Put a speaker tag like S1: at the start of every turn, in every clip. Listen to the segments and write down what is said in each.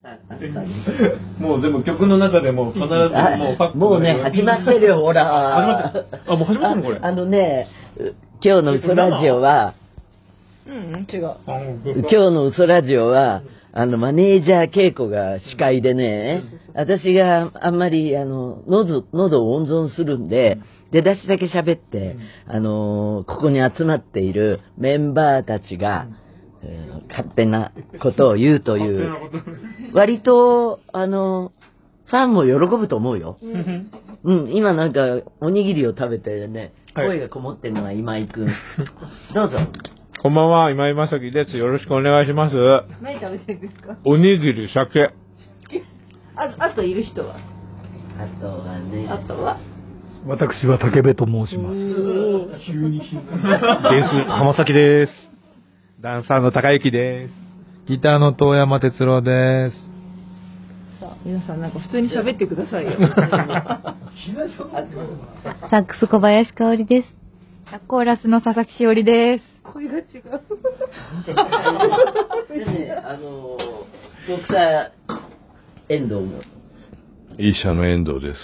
S1: もうでも曲の中でも必ずも
S2: あ
S1: うパック
S2: もうね、始まってるよ、ほら。
S1: 始まってあもう始まってるのこれ
S2: ああのね、う今日の嘘ラジオは、
S3: うん、違う。
S2: 今日の嘘ラジオは、あの、マネージャー稽古が司会でね、私があんまり、あの、喉、喉を温存するんで、出だしだけ喋って、あのーここに集まっているメンバーたちが、えー勝手なことを言うという、割と、あの、ファンも喜ぶと思うよ。うん、今なんか、おにぎりを食べてね、
S1: はい
S2: 声がこもってるのは今井くん。どうぞ。
S1: こんばんは、今井まさきです。よろしくお願いします。
S3: 何食べてるんですか
S1: おにぎり、酒。
S3: ああといる人は
S2: あとはね、
S3: あとは
S4: 私は竹部と申します。
S5: ベース、浜崎です。
S1: ダンサーの高幸です。
S5: ギターの遠山哲郎です。
S3: さあ皆さんなんか普通に喋ってくださいよ。
S6: サックス小林香織です。コーラスの佐々木しおりです。
S3: 声が違う。
S2: でね、あのー、僕さ、遠藤も。
S5: 医者の遠藤です。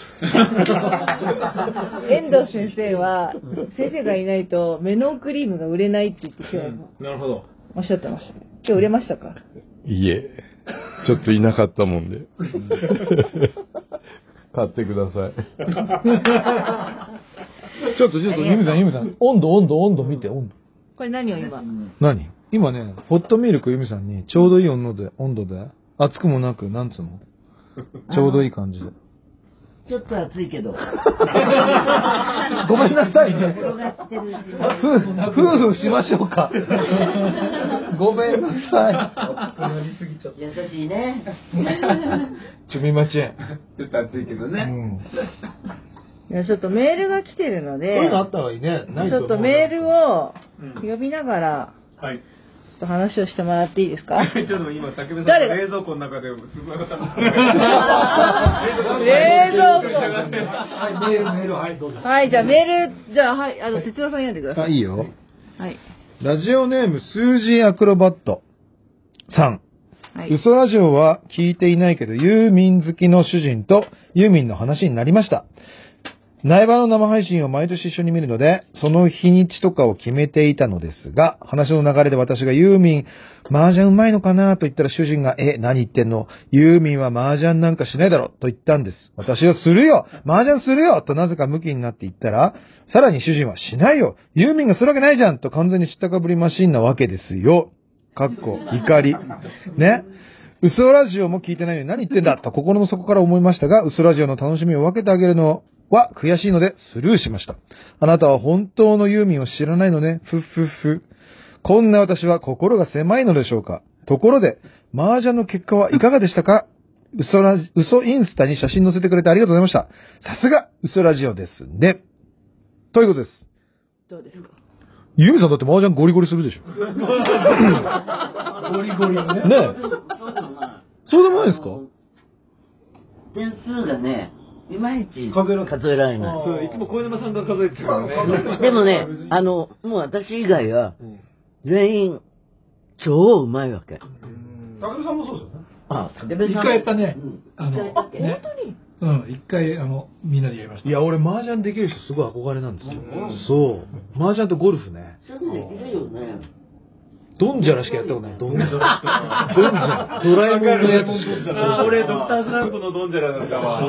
S3: 遠藤先生は、先生がいないとメノンクリームが売れないって言って今日
S1: なるほど。
S3: おっしゃってました。今日売れましたか
S5: いえ、ちょっといなかったもん で。買ってください。ちょっとちょっと、ゆみさん、ゆみさん、温度、温度、温度見て、温度。
S3: これ何を今。
S5: 何今ね、ホットミルクゆみさんにちょうどいい温度で、温度で、熱くもなく、なんつ うのちょうどいい感じで。
S2: ちょっと暑いけど。
S5: ごめんなさいね。
S2: 転がってるし
S5: 夫婦、夫婦しましょうか。ごめんなさ
S2: 優しいね。
S5: い。ちょみまちん。
S1: ちょっと暑いけど
S5: う
S1: ね。
S5: ん。
S3: いや、ちょっとメールが来てるので、
S5: た方がいいね。
S3: ちょっとメールを呼びながら、
S1: はい。
S3: ちょっと話をしてもらっていいですか
S1: ちょっと今、竹部さんが
S3: 誰が
S1: 冷蔵庫の中 で、すごい方が。は
S3: 冷蔵庫。
S1: い、メール、メール、はい、どうぞ。
S3: はい、じゃあメール、じゃあ、はい、あの、哲郎さん読んでくださ
S5: あ、
S3: い。
S5: いいよ。
S3: はい。
S5: ラジオネーム、数字アクロバットさん。
S3: はい。
S5: 嘘ラジオは聞いていないけど、ユーミン好きの主人とユーミンの話になりました。苗場の生配信を毎年一緒に見るので、その日にちとかを決めていたのですが、話の流れで私がユーミン、麻雀うまいのかなと言ったら主人が、え、何言ってんのユーミンは麻雀なんかしないだろと言ったんです。私はするよ麻雀するよとなぜか向きになって言ったら、さらに主人はしないよユーミンがするわけないじゃんと完全に知ったかぶりマシンなわけですよ。かっこ、怒り。ね。嘘ラジオも聞いてないのに何言ってんだと心の底から思いましたが、嘘ラジオの楽しみを分けてあげるのは悔しいのでスルーしました。あなたは本当のユーミンを知らないのね。ふっふっふ。こんな私は心が狭いのでしょうか。ところで、麻雀の結果はいかがでしたか嘘ラジ、嘘インスタに写真載せてくれてありがとうございました。さすが、嘘ラジオですね。ということです。
S3: どうですか
S5: ユーミンさんだって麻雀ゴリ ゴリするでしょ。ゴリゴリね。ねえ
S2: そうでもない。
S5: そうでもないですか
S2: 点数がね、いまいち
S1: 数えら
S2: 数えられない。
S1: そう、いつも小山さんが数えてるからね。
S2: でもね、あの、もう私以外は、全員、超うまいわけ。
S1: 竹部さんもそうですよね。
S2: あ、竹部さん。
S4: 一回やったね
S2: うん
S4: あの、
S2: 一回やったっけ
S4: ね、うん、一回、あの、みんなでやりました。
S5: いや、俺、麻雀できる人すごい憧れなんですよ。そう。麻雀とゴルフね。
S2: そういうのできるよね。
S5: ドンジャラしかやったことない。ドンジャラ。ドンジャラ。ドラえもんのやつしか
S1: あー俺、ドクタースランプのドンジャラだったわ。時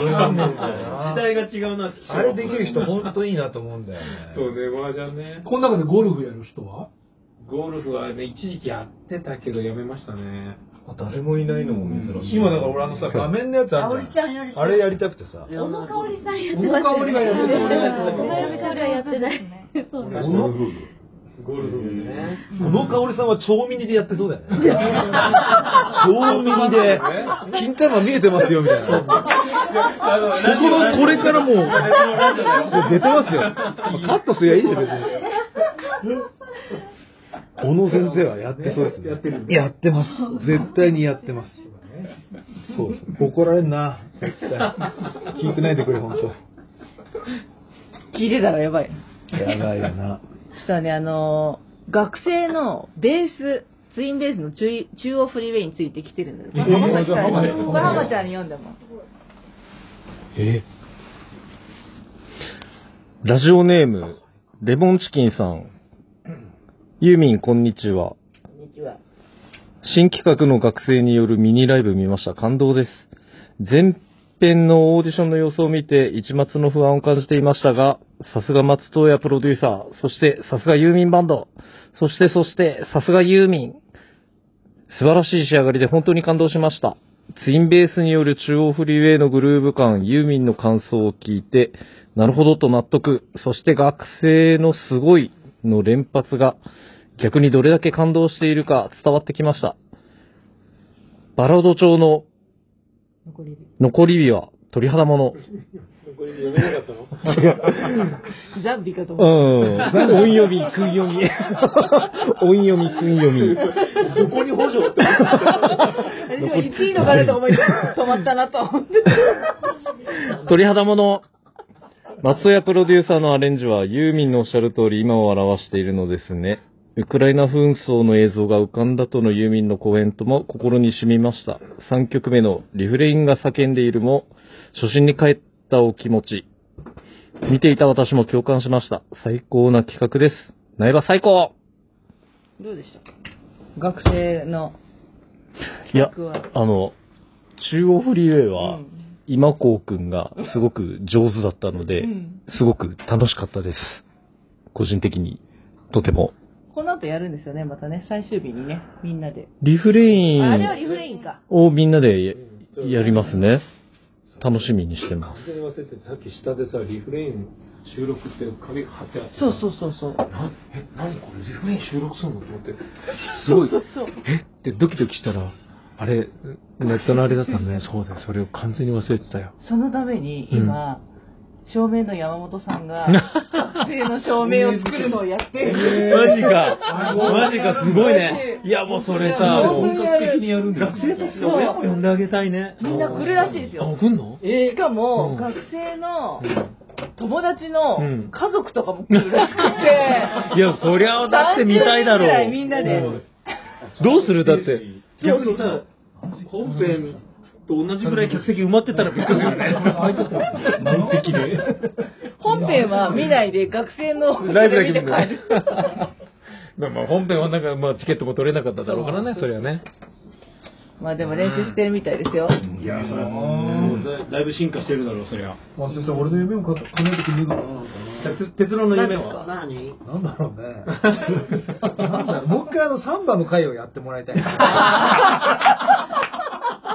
S1: 代が違うな、
S5: あれできる人、ほんといいなと思うんだよね。
S1: そうね、麻雀ね。
S4: この中でゴルフやる人は
S1: ゴルフはね、一時期やってたけど、やめましたね。
S5: 誰もいないのも珍しい。
S1: 今だから俺あのさ画
S5: 面のやつ
S2: あおりちゃんより。
S5: あれやりたくてさ。
S2: 小野香織さん。
S4: 小野香織がやる
S1: 小
S4: 人。
S1: 野
S6: 香織はやってない。そう
S1: ゴルフゴルフね。
S5: 小野香織さんは超ミニでやってそうだよね。超ミニで、金玉見えてますよ、みたいな。
S1: あの、
S5: ここの、これからもう、出てますよ。カットすりゃいいですよ、別に。小野先生はやってそうですね。やってます。絶対にやってます。そうですね。怒られんな、絶対。聞いてないでくれ、本当。
S3: 聞いてたらやばい。
S5: やばいよな。
S3: そしたらね、あのー学生のベース、ツインベースの中い中央フリーウェイについてきてるんだよ。
S5: えー
S3: 浜ちゃん
S5: 浜
S3: に
S5: 田
S3: 僕浜ちゃんに読んだもん。
S7: え
S8: ラジオネーム、レモンチキンさん。ユーミン、こんにちは。
S3: こんにちは。
S8: 新企画の学生によるミニライブ見ました。感動です。前編のオーディションの様子を見て、一末の不安を感じていましたが、さすが松任谷プロデューサー、そしてさすがユーミンバンド、そしてそしてさすがユーミン。素晴らしい仕上がりで本当に感動しました。ツインベースによる中央フリーウェイのグルーヴ感、ユーミンの感想を聞いて、なるほどと納得、そして学生のすごいの連発が、逆にどれだけ感動しているか伝わってきました。バラード調の
S3: 残り
S8: 残り火は鳥肌もの。
S1: これ読めなかったの
S3: ザンビかと思っ
S8: うん。なんで音読み、訓読 み。音読み、訓読み。
S1: どこに補助って
S3: た。私も1位の彼と思い止まったなと思って。
S8: 鳥肌もの。松尾屋プロデューサーのアレンジはユーミンのおっしゃる通り今を表しているのですね。ウクライナ紛争の映像が浮かんだとのユーミンのコメントも心に染みました。3曲目のリフレインが叫んでいるも、初心に帰ったお気持ち。見ていた私も共感しました。最高な企画です。苗場最高
S3: どうでした学生の。
S8: いや
S3: 僕は、
S8: あの、中央フリーウェイは、
S3: うん
S8: 今こうくんがすごく上手だったので、
S3: うん
S8: すごく楽しかったです。個人的に、とても。
S3: この後やるんですよね、またね。最終日にね、みんなで。
S8: リフレイ
S3: ああれはリ
S8: ン
S3: フレインか。
S8: をみんなでややりますね。楽しみにしてま
S1: 完
S8: す。
S1: 全に忘れてたさっき下でさリフレイン収録って紙貼ってあって
S3: そうそうそうそう。
S1: なえ何これリフレイン収録するのと思ってすごい
S3: そう。
S1: えってドキドキしたらあれネットのあれだったんだねそうだよそれを完全に忘れてたよ
S3: そのために今、照明の山本さん が、学生の照明を作るのをやってる。
S8: マジかマジかすごいねいやもうそれさもう
S3: 本当にやる
S1: にやるんだ学生たち
S3: の親も呼
S1: んであげたいね
S3: みんな来るらしいですよ。
S1: 来んの
S3: しかも、学生の友達の
S8: うん
S3: 家族とかも来るらしくて、
S8: いや、そりゃ、だって見たいだ
S3: 30
S8: ろ
S3: 人ぐらいみん
S8: う。
S3: なで、
S8: どうするだって。
S1: 逆にさ本編と同じぐらい客席埋まってたらびっくりするよね
S5: 満席で。
S3: 本編は見ないで学生の
S8: ライブだけ
S3: 見て
S8: 見
S3: 帰
S8: て
S3: る。
S8: まあまあ本編はなんか、まあチケットも取れなかっただろうからね、そりゃね。
S3: まあでも練習してるみたいですよ。
S1: いやそれはもうだだいぶ進化してるだろうそりゃ
S5: 忘れてた俺の夢を叶えてくれるかな
S1: 鉄鉄郎の夢
S3: 何ですか
S1: は
S5: なんだろうね。 なんだろう。もう一回あのサンバの回をやってもらいたい。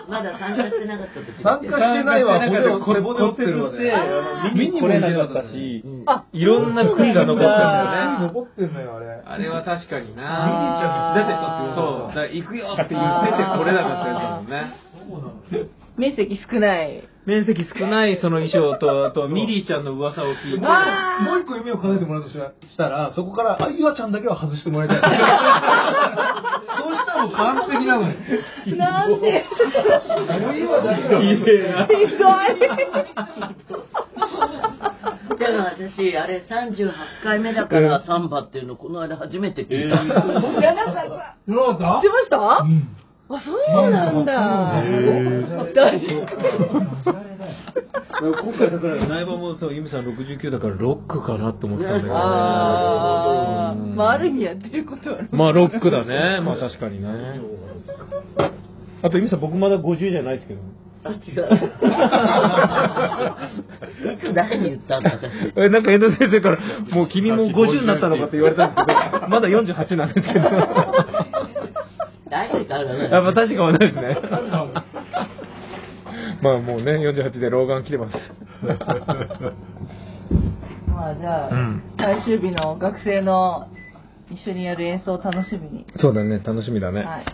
S2: まだ参加してなかった時
S5: 参加してないわ、骨を、これ骨折ってるわね。
S8: 見に来れなかったし、いろんな悔いが残って
S5: 見に残ってんのよ、あれ。
S1: あれは確かに
S3: な
S1: そうだから行くよって言ってて来れなかったやつだもんね
S3: 面積少ない。
S1: 面積少ないその衣装とあとミリーちゃんの噂を聞いて
S5: もう一個夢を叶えてもらうとしたら、そこから、あ、ゆあちゃんだけは外してもら いたい。そうしたらもう完璧なのよ。
S3: なん で
S5: もうゆあだけは。
S3: ひどい。
S2: でも私あれ38回目だからサンバっていうのこの間初めて聞いた、
S3: 知らなかった。
S5: 知らなか
S3: 知ってました
S5: う
S3: あ、
S5: ん。
S3: そうなんだ。大丈夫。
S1: 今回だから苗場もそうユミさん69だからロックかなと思ってたんだけどね
S3: あー、まあ、ある意味やってることはね。
S8: まあロックだね、まあ確かにね。あと、ゆみさん、僕まだ50じゃないですけど。
S2: あ違ういつ誰に言ったんだ私
S8: え、なんか、遠藤先生から、もう君も50になったのかって言われたんですけ ど、まだ48なんですけ ど。
S2: 誰からね
S8: やっぱ確かはないですね。 まあもうね、48で老眼来て ます。
S3: まあ、じゃあ、最終日の学生の一緒にやる演奏を楽しみに。
S8: そうだね、楽しみだね。
S3: はい。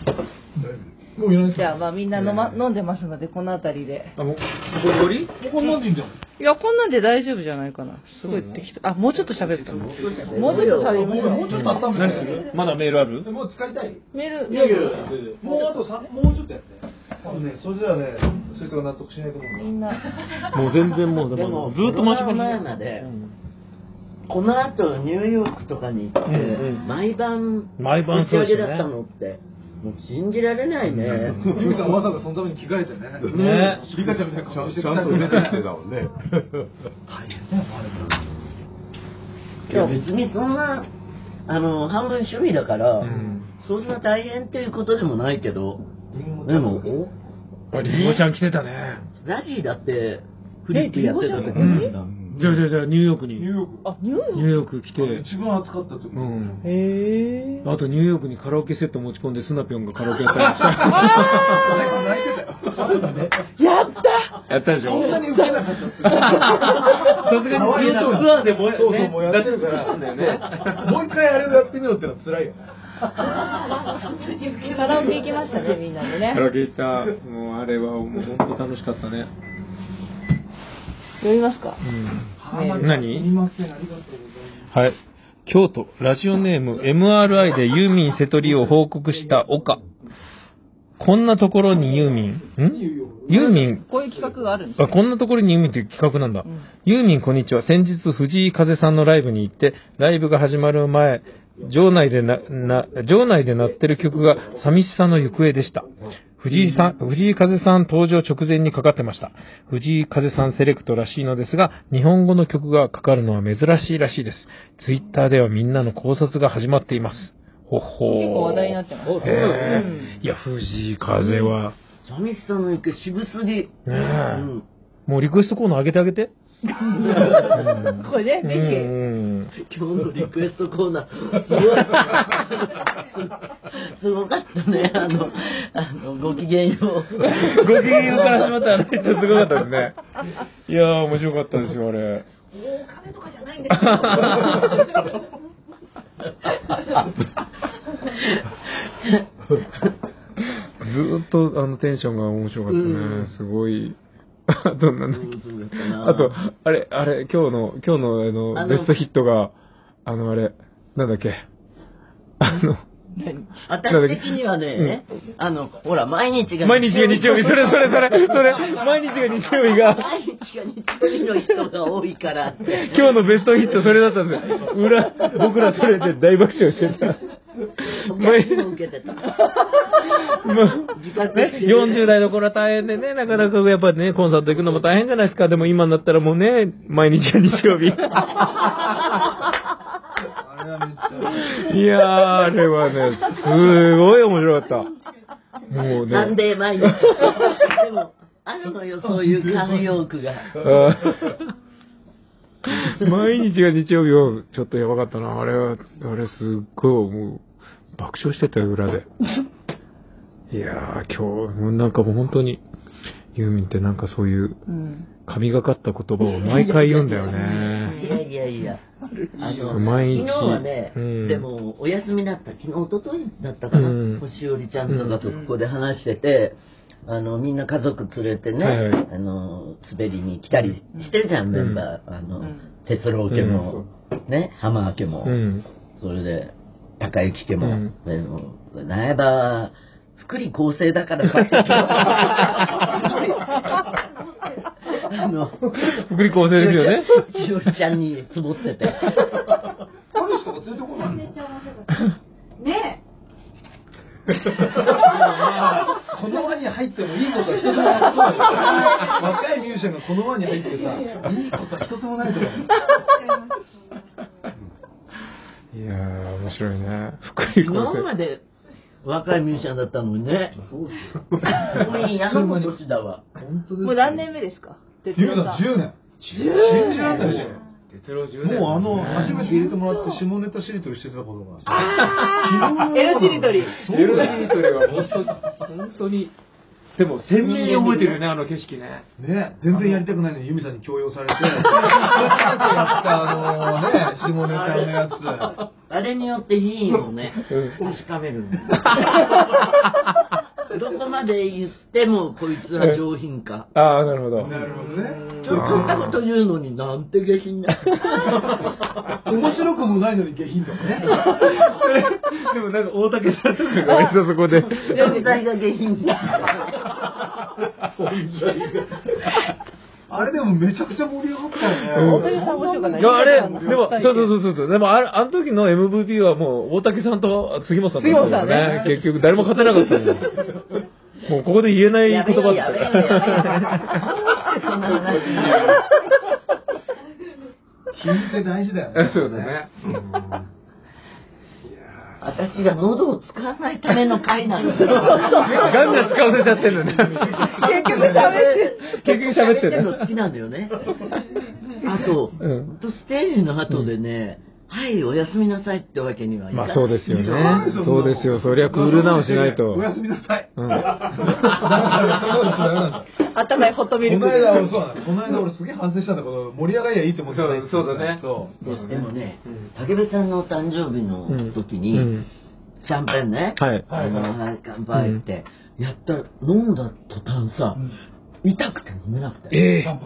S5: もういらない
S3: じゃあ、まあ、みんな飲ま、飲んでますので、この辺りで。
S8: あ、もう、ここにり
S5: こんなんでいいんだよ。
S3: いや、こんなんで大丈夫じゃないかな。すごい適当。あ、もうちょっと喋ったもうちょっと喋りましょ
S5: もう
S3: う。
S5: ちょっと温め
S8: 何す
S5: て。
S8: るまだメールある
S5: もう使いたい
S3: メール、
S5: もうあと3、もうちょっとやって。多分ね、それじゃあね、そいつが納得しないと思うから
S3: みんな。
S8: もう全然もう、
S2: でもコロナ前まで、この後ニューヨークとかに行って、毎晩
S8: 毎晩
S2: 打ち上げ
S8: そうですね
S2: だったのってもう信じられないね。
S5: ゆうさんわざわざそのために着替えてね。
S1: ね
S5: リカちゃんみたいな
S8: ちゃ
S5: 顔
S8: ん
S5: して
S8: ち
S5: きた
S8: ゃんと出てきてたもんね。
S2: いや別にそんなあの半分趣味だから、そんな大変っていうことでもないけどでもお
S9: ありんごちゃん来てたね。
S2: ラジーだってフリップやってたとかなんだ、
S9: じゃあじゃあじゃあニューヨークに。
S5: ニ
S9: ニ
S5: ューヨーク。
S3: あ、ニューヨー
S9: ューヨーク来て。
S5: 一番暑かった時。
S9: うん。
S3: クへえ。
S9: あとニューヨークにカラオケセット持ち込んでスナピョンがカラオケやったりした。
S5: 泣いてたよ。
S3: やった
S1: やったでし
S5: そ
S1: ょ
S5: んなに受けなかったっすよ。
S1: さすがにずっとツアーでもや
S5: そうそう、
S1: ね
S5: もうやってるか
S1: 出し尽
S5: ら。
S1: くしたんだよね。
S5: もう一回あれをやってみろってのは辛いよね。
S3: カラオケ行きましたね、みんなでね
S9: カ。ラオケ行った。もうあれはもう本当楽しかったね。
S3: 寄りますか。
S9: うん。何
S5: ません、ありがとうございます。
S1: はい。京都、ラジオネーム MRI でユーミン瀬戸りを報告した岡。こんなところにユーミン、んユーミン、
S3: こういう企画があるんです
S1: あ、
S3: よ。
S1: こんなところにユーミンという企画なんだ。
S3: ん
S1: ユーミンこんにちは。先日藤井風さんのライブに行って、ライブが始まる前、場内でな、な、場内で鳴ってる曲が寂しさの行方でした。藤井さん、藤井風さん登場直前にかかってました。藤井風さんセレクトらしいのですが、日本語の曲がかかるのは珍しいらしいです。ツイッターではみんなの考察が始まっています。ほほー
S3: 結構話題になってます。
S2: お
S1: へ
S3: う
S1: ーいや、藤井風は、
S2: 寂しさの池渋すぎ、
S1: え
S2: うん、
S1: もうリクエストコーナー上げてあげて。
S3: これね、
S1: う
S3: ぜ
S2: 今
S1: ん
S2: 日のリクエストコーナ ーすごいすすごかったねあのあのごきげんよう
S1: ごきげんようから始まったあれってすごかったです ね。いやー、面白かったですよ、あれ。ずーっとあのテンションが面白かったね。すごい。 あと、なんだっけ。
S2: そうだったな
S1: あと、あれ、あれ、今日の、今日のあ
S2: あ
S1: の、
S2: の
S1: ベストヒットが、あの、あれ、なんだっけ。あの、
S2: 私的にはね、あのほら毎日が
S1: 毎日が日曜日、それそれそれ、それ、毎日が日曜日が。
S2: 毎日が日曜日の人が多いからって
S1: 今日 のベストヒットそれだったんですよ。裏、僕らそれで大爆笑してた。
S2: お客も 受け てた。
S1: ま
S2: 自覚してる
S1: 40代の頃は大変でね、なかなかやっぱね、コンサート行くのも大変じゃないですか。でも今になったらもうね、毎日が日 曜日。
S5: あれはめっちゃ。
S1: いやー、あれはね、すごい面白かった。もうね。
S2: なんで毎日。でも、あるのよ、そういう慣用句が。
S1: あー毎日が日曜日はちょっとやばかったな。あれは、あれすっごいもう、爆笑してたよ、裏で。いやー、今日、なんかもう本当に、ユーミンってなんかそういう、
S3: うん。
S1: 神がかった言葉を毎回言うんだよ
S2: い
S1: ね。
S2: やいやいや。あの、
S1: 毎日
S2: 昨日はね、
S1: うん
S2: でも、お休みだった。昨日、一昨日だったかな。
S1: うん
S2: 星織ちゃんとかとここで話してて、あの、みんな家族連れてね、
S1: はいはい
S2: あの、滑りに来たりしてるじゃん、メンバー。あの、
S3: ん
S2: 哲郎家も、ね、浜家も。
S1: うん。
S2: それで、高行家も、
S1: うん
S2: でも、苗場は、福利厚生だからさ。 あの、
S1: 福利厚生ですよね。
S2: しおりちゃんにつぼってて。
S5: 彼氏とか連れてこないの
S6: ね
S5: この輪に入ってもいいことは一つもない。若いミュージシャンがこの輪に入ってさ、いいことは一つもないと思う。
S1: いやー、面白いね。福利
S2: 今
S1: 厚
S2: ま
S1: 生。
S2: で若いミュージシャンだったのにね。そうですよ。のも年だわ。
S5: 本当です
S3: もう何年目ですか哲
S5: ゆう
S3: 郎
S5: さ
S3: さん。
S5: ん、10年。信じられないでしょ。
S9: 鉄郎10
S5: もうあの、初めて入れてもらって下ネタしりとりしてたことがさ、
S3: エロしりとり。
S9: エルシートレは本当に、本当に、でも鮮明に覚えてるよね、あの景色ね。
S5: ね、全然やりたくないのにユミさんに強要されて、やったあのね、下ネタのやつ。
S2: あれによっていいのね、確かめるの。 どこまで言ってもこいつは上品か。
S1: あー、なるほど。
S5: なるほどね。
S2: ちょっとしたこと言うのになんて下品な。
S5: 面白くもないのに下品だもんね。
S1: でもなんか大竹さんとかが割とそこで。
S2: 全体が下品だ。
S5: あれでもめちゃくちゃ盛り上がった
S3: 大
S5: よね。
S3: 谷さん面白かった
S1: いやあれ、でも、そうそうそうそうそう。でも、あれあの時の MVP はもう、大竹さんと杉本さんだったんだよ
S3: 杉本さんね
S1: 結局、誰も勝てなかったもん。もう、ここで言えない言
S2: やべえ
S1: 葉
S2: やべえやべえやべえ
S1: っ
S2: どうしてそんな話に
S5: 聞いて大事だよ
S1: て
S5: ね。。
S1: そうだね。
S2: 私が喉を使わないための回なんですよ。
S1: ガンガン使わせちゃってるのね。
S3: 結局喋って
S1: 結局喋って
S2: る
S1: る
S2: の好きなんだよね。あと、
S1: うん
S2: とステージの後でね、はい、おやすみなさいってわけにはいかな
S1: ま
S2: い。
S1: あ、そうですよね
S5: 知らない。よ
S1: そうですよ。そりゃ、クールダウンしないと
S5: お。やすみなさい。
S1: う
S5: うんん。だからそういうのしななんだ。
S3: あったかいホットミ
S5: こ
S3: ルク
S5: の間俺そうなんだこの間俺すげえ反省したんだけど盛り上がりゃいいって思ってた
S1: そうそうだね
S5: そう
S2: でもね、竹部さんのお誕生日の時に、
S1: うん
S2: シャンペンね、
S1: はい
S2: あのはい乾杯って、やったら、飲んだ途端さ、痛くて飲めなくて、
S1: ええ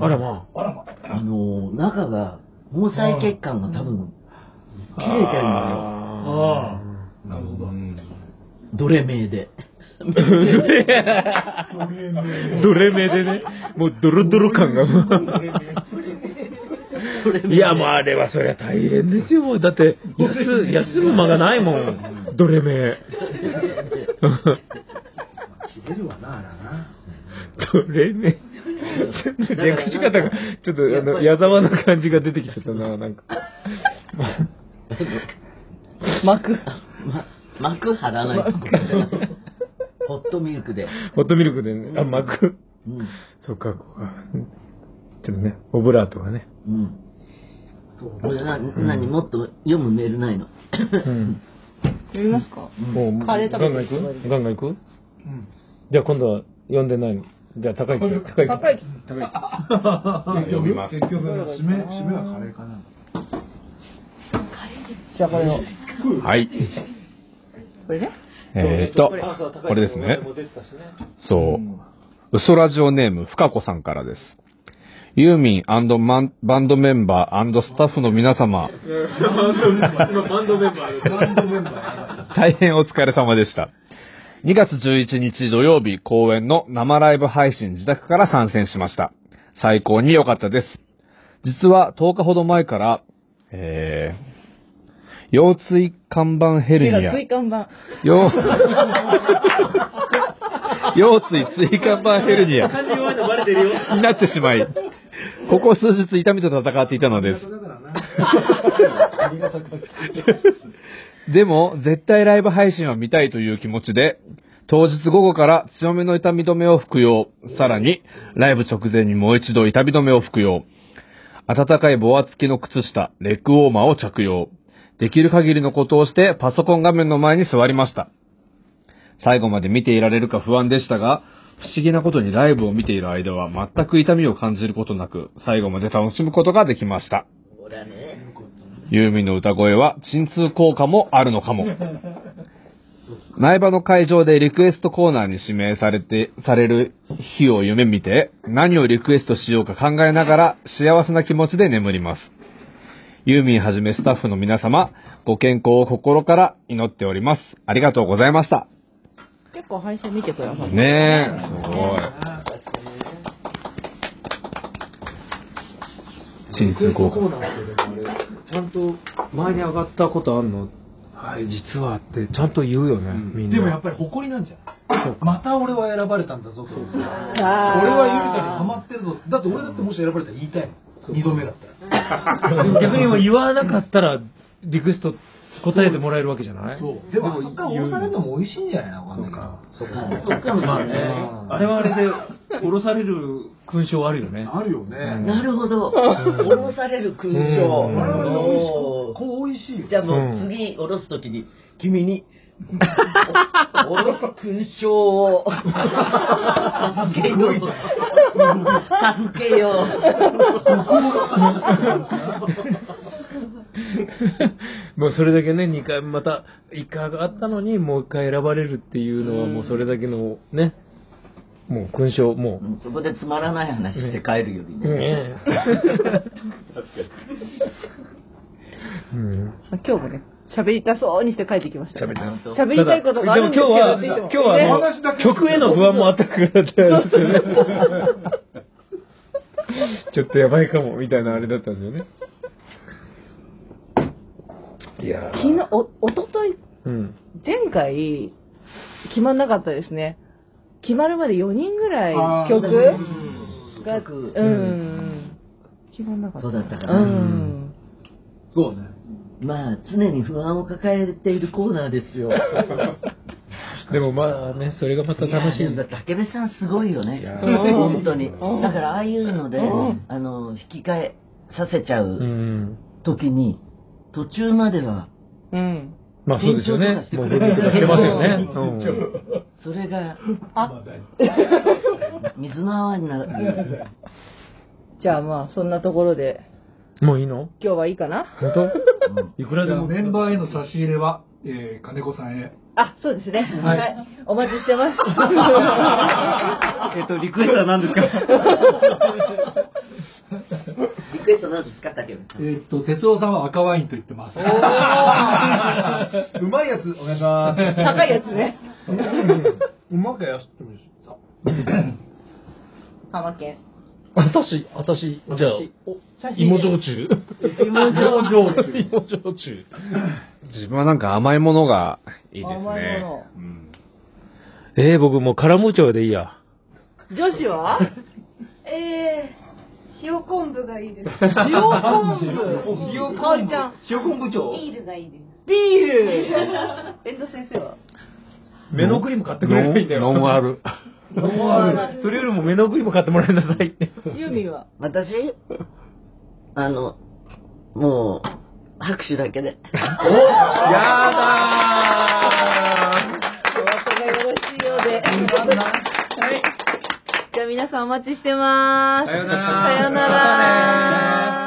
S1: あら まあ。
S2: あのー、中が、毛細血管が多分、切れてるのよ。
S1: あ
S5: なるほど
S2: 奴隷名で。
S1: あ。ドレメでね、もうドロドロ感が。いや、もうあれはそりゃ大変ですよ。もうだって、休休む間がないもん。ドレメ。
S5: 切れるわなあらな
S1: ドレメ。ちょっと略し方が、ちょっとあの、矢沢な感じが出てきちゃったな、なんか。
S2: 幕ま、幕張らないと。ホットミルクで。
S1: ホットミルクでね、あ、巻く。
S2: うん。
S1: そっか、ここが。ちょっとね、オブラートがね。
S2: うん。俺な、なに、もっと読むメールないの。
S1: うん。
S3: 読みますか
S1: もう、
S3: カレー
S1: ガ
S3: 食
S1: ンガ
S3: べて
S1: ン行くガンガン行くじゃあ今度は読んでないの。じゃあ高い木高い木
S3: 高い
S1: 高い木
S5: 呼びます結局締め締めはカレーかな
S3: じゃあこれを
S8: はい。
S3: これね
S8: えー、っと、これですね。そう。嘘ラジオネーム、深子さんからです。ユーミンマンバンドメンバースタッフの皆様、
S5: バンドメンバ
S8: 大変お疲れ様でした。2月11日土曜日公演の生ライブ配信自宅から参戦しました。最高に良かったです。実は10日ほど前から、えー、腰椎間板ヘル
S3: 手が
S8: ニア。
S3: 椎間板
S8: 腰腰椎椎間板ヘルニアになってしまい、ここ数日痛みと戦っていたのです。でも、絶対ライブ配信は見たいという気持ちで、当日午後から強めの痛み止めを服用、さらに、ライブ直前にもう一度痛み止めを服用、暖かいボア付きの靴下、レッグウォーマーを着用。できる限りのことをしてパソコン画面の前に座りました。最後まで見ていられるか不安でしたが、不思議なことにライブを見ている間は全く痛みを感じることなく、最後まで楽しむことができました。
S2: ほらね。
S8: ユーミンの歌声は鎮痛効果もあるのかも。苗場の会場でリクエストコーナーに指名されて、される日を夢見て、何をリクエストしようか考えながら幸せな気持ちで眠ります。ユーミンはじめスタッフの皆様、ご健康を心から祈っております。ありがとうございました。
S3: 結構配信見てくださって
S8: ねえ、すごい。
S1: 鎮痛効果。
S5: ちゃんと
S1: 前に上がったことあんのはい、実はって、ちゃんと言うよね、みんな。
S5: でもやっぱり誇りなんじゃんまた俺は選ばれたんだぞそう俺
S3: あー
S5: はユミさんにハマってるぞだって俺だってもし選ばれたら言いたいもん二度目だったら
S1: 逆にもう言わなかったら、リクエスト答えてもらえるわけじゃない
S5: そうでもあそこから降ろされるのも美味しいんじゃないのわかんないけど
S2: そうかもしれない。
S1: あれはあれで、降ろされる勲章あるよね。
S5: あるよね。
S2: なるほど。降ろされる勲章。
S1: うん
S2: おー
S5: こう美味しいよ。
S2: じゃあもう次降ろすときに、君に、降ろす勲章を、授けよう。授けよ
S1: もうそれだけね、2回、また、1回があったのに、もう1回選ばれるっていうのは、もうそれだけの、ね、もう勲章、も
S2: う。そこでつまらない話して帰るより
S1: う、
S2: ね。
S1: ねえ。うん
S3: 今日もね喋りたそうにして帰ってきました
S1: 喋りたい
S3: 喋りたいことがあるんです
S1: で
S3: けど
S1: も今日は、
S3: って言っても
S1: 今 日はあの、曲への不安もあったからってあれですよね。ちょっとやばいかも、みたいなあれだったんですよね。いやー
S3: 昨日、お、おととい、
S1: うん。
S3: 前回、決まんなかったですね。決まるまで4人ぐらい曲が、
S2: 曲
S3: うん。決まんなかっ
S2: そ
S3: た。
S2: うだったか
S3: う
S2: な。
S3: ん。
S5: そうね。
S2: まあ、常に不安を抱えているコーナーですよ。
S1: でもまあね、それがまた楽し
S2: い
S1: い
S2: や。でも武部さんすごいよね
S1: や。
S2: 本当に。だ
S3: うん
S2: から、ああいうので
S3: うん、
S2: あの、引き換えさせちゃ
S1: う。
S2: うん時に、途中までは、
S3: うん。
S1: まあそうですよね。もうブ
S2: 緊張
S1: ルブルしてますよね。
S2: それが、
S3: あ、
S2: 水の泡になる。
S3: じゃあまあ、そんなところで、
S1: うん。もういいの
S3: 今日はいいかな
S1: 本当いくら
S5: じ
S1: で
S5: ゃあ
S1: も。
S5: メンバーへの差し入れは、えー金子さんへ。
S3: あ、そうですね。
S5: はい
S3: はい。お待ちしてます。
S10: えっと、リクエストは何ですか
S2: リクエストなんですか、竹部さ
S5: え
S2: ん。
S5: ーっと、哲夫さんは赤ワインと言ってます。 うまいやつ、お願いします。
S3: 高いやつね。
S5: うまくやってもいいですか
S3: 浜県。
S11: 私、私、じゃあ、芋焼酎
S5: 芋 焼酎。
S11: 芋焼酎。
S8: 自分はなんか甘いものがいいです
S3: 甘い
S8: ね
S3: もの。
S8: うん
S1: えー、僕もうカラムーチョでいいや。
S3: 女子は
S6: えー、塩昆布がいいです。
S3: 塩昆布。
S5: 塩
S6: かおりちゃん、
S5: 塩昆布長
S6: ビールがいいです。
S3: ビール。遠藤先生は
S1: 目のクリーム買ってくれればいいんだよ。
S8: ノンノンアル。
S1: それよりも目のクリーム買ってもらいなさいって。
S3: ユーミンは
S2: 私、あの、もう、拍手だけで。
S8: やだ
S3: お後がよろしいようで。はい。じゃあ皆さんお待ちしてまーす。
S8: さよなら
S3: さよなら。